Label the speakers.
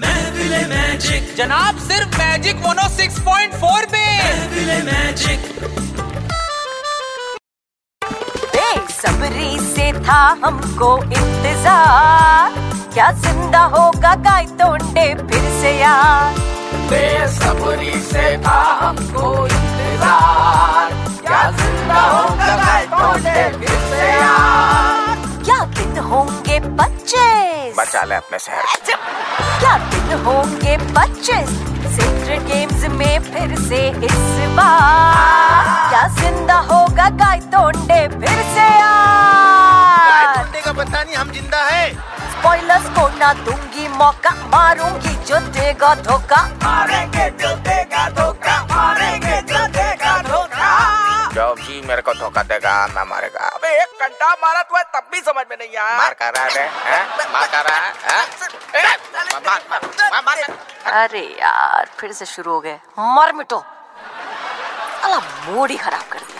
Speaker 1: महफिल मैजिक
Speaker 2: जनाब सिर्फ मैजिक oh मोनो 6.4 पे
Speaker 1: महफिल मैजिक
Speaker 3: बेसब्री से था हमको इंतजार क्या जिंदा होगा गाय तोंडे फिर से यार
Speaker 4: बेसब्री से था हमको इंतजार क्या जिंदा होगा गाय तोड़े फिर से यार
Speaker 3: क्या दिन होंगे पच्चीस
Speaker 4: बचा ले अपने शहर को।
Speaker 3: क्या दिन होंगे पच्चीस सीक्रेट गेम्स में फिर से इस बार क्या जिंदा होगा गाय तोंडे फिर से यार
Speaker 5: टूटने का पता नहीं हम जिंदा है
Speaker 3: स्पॉइलर्स को ना दूंगी मौका मारूंगी जो देगा धोखा
Speaker 4: मारेंगे जो देगा धोखा मारेंगे जो देगा धोखा
Speaker 5: जो भी मेरे को धोखा देगा मैं मारेगा
Speaker 4: अबे एक घंटा मारा तो है, तब भी समझ में नहीं आया
Speaker 5: मार कर रहा है हैं? मार कर रहा है हैं? मार- मार- मार- मार- मार-
Speaker 3: अरे यार फिर से शुरू हो गए मर मिटो अला मूड ही खराब कर दिया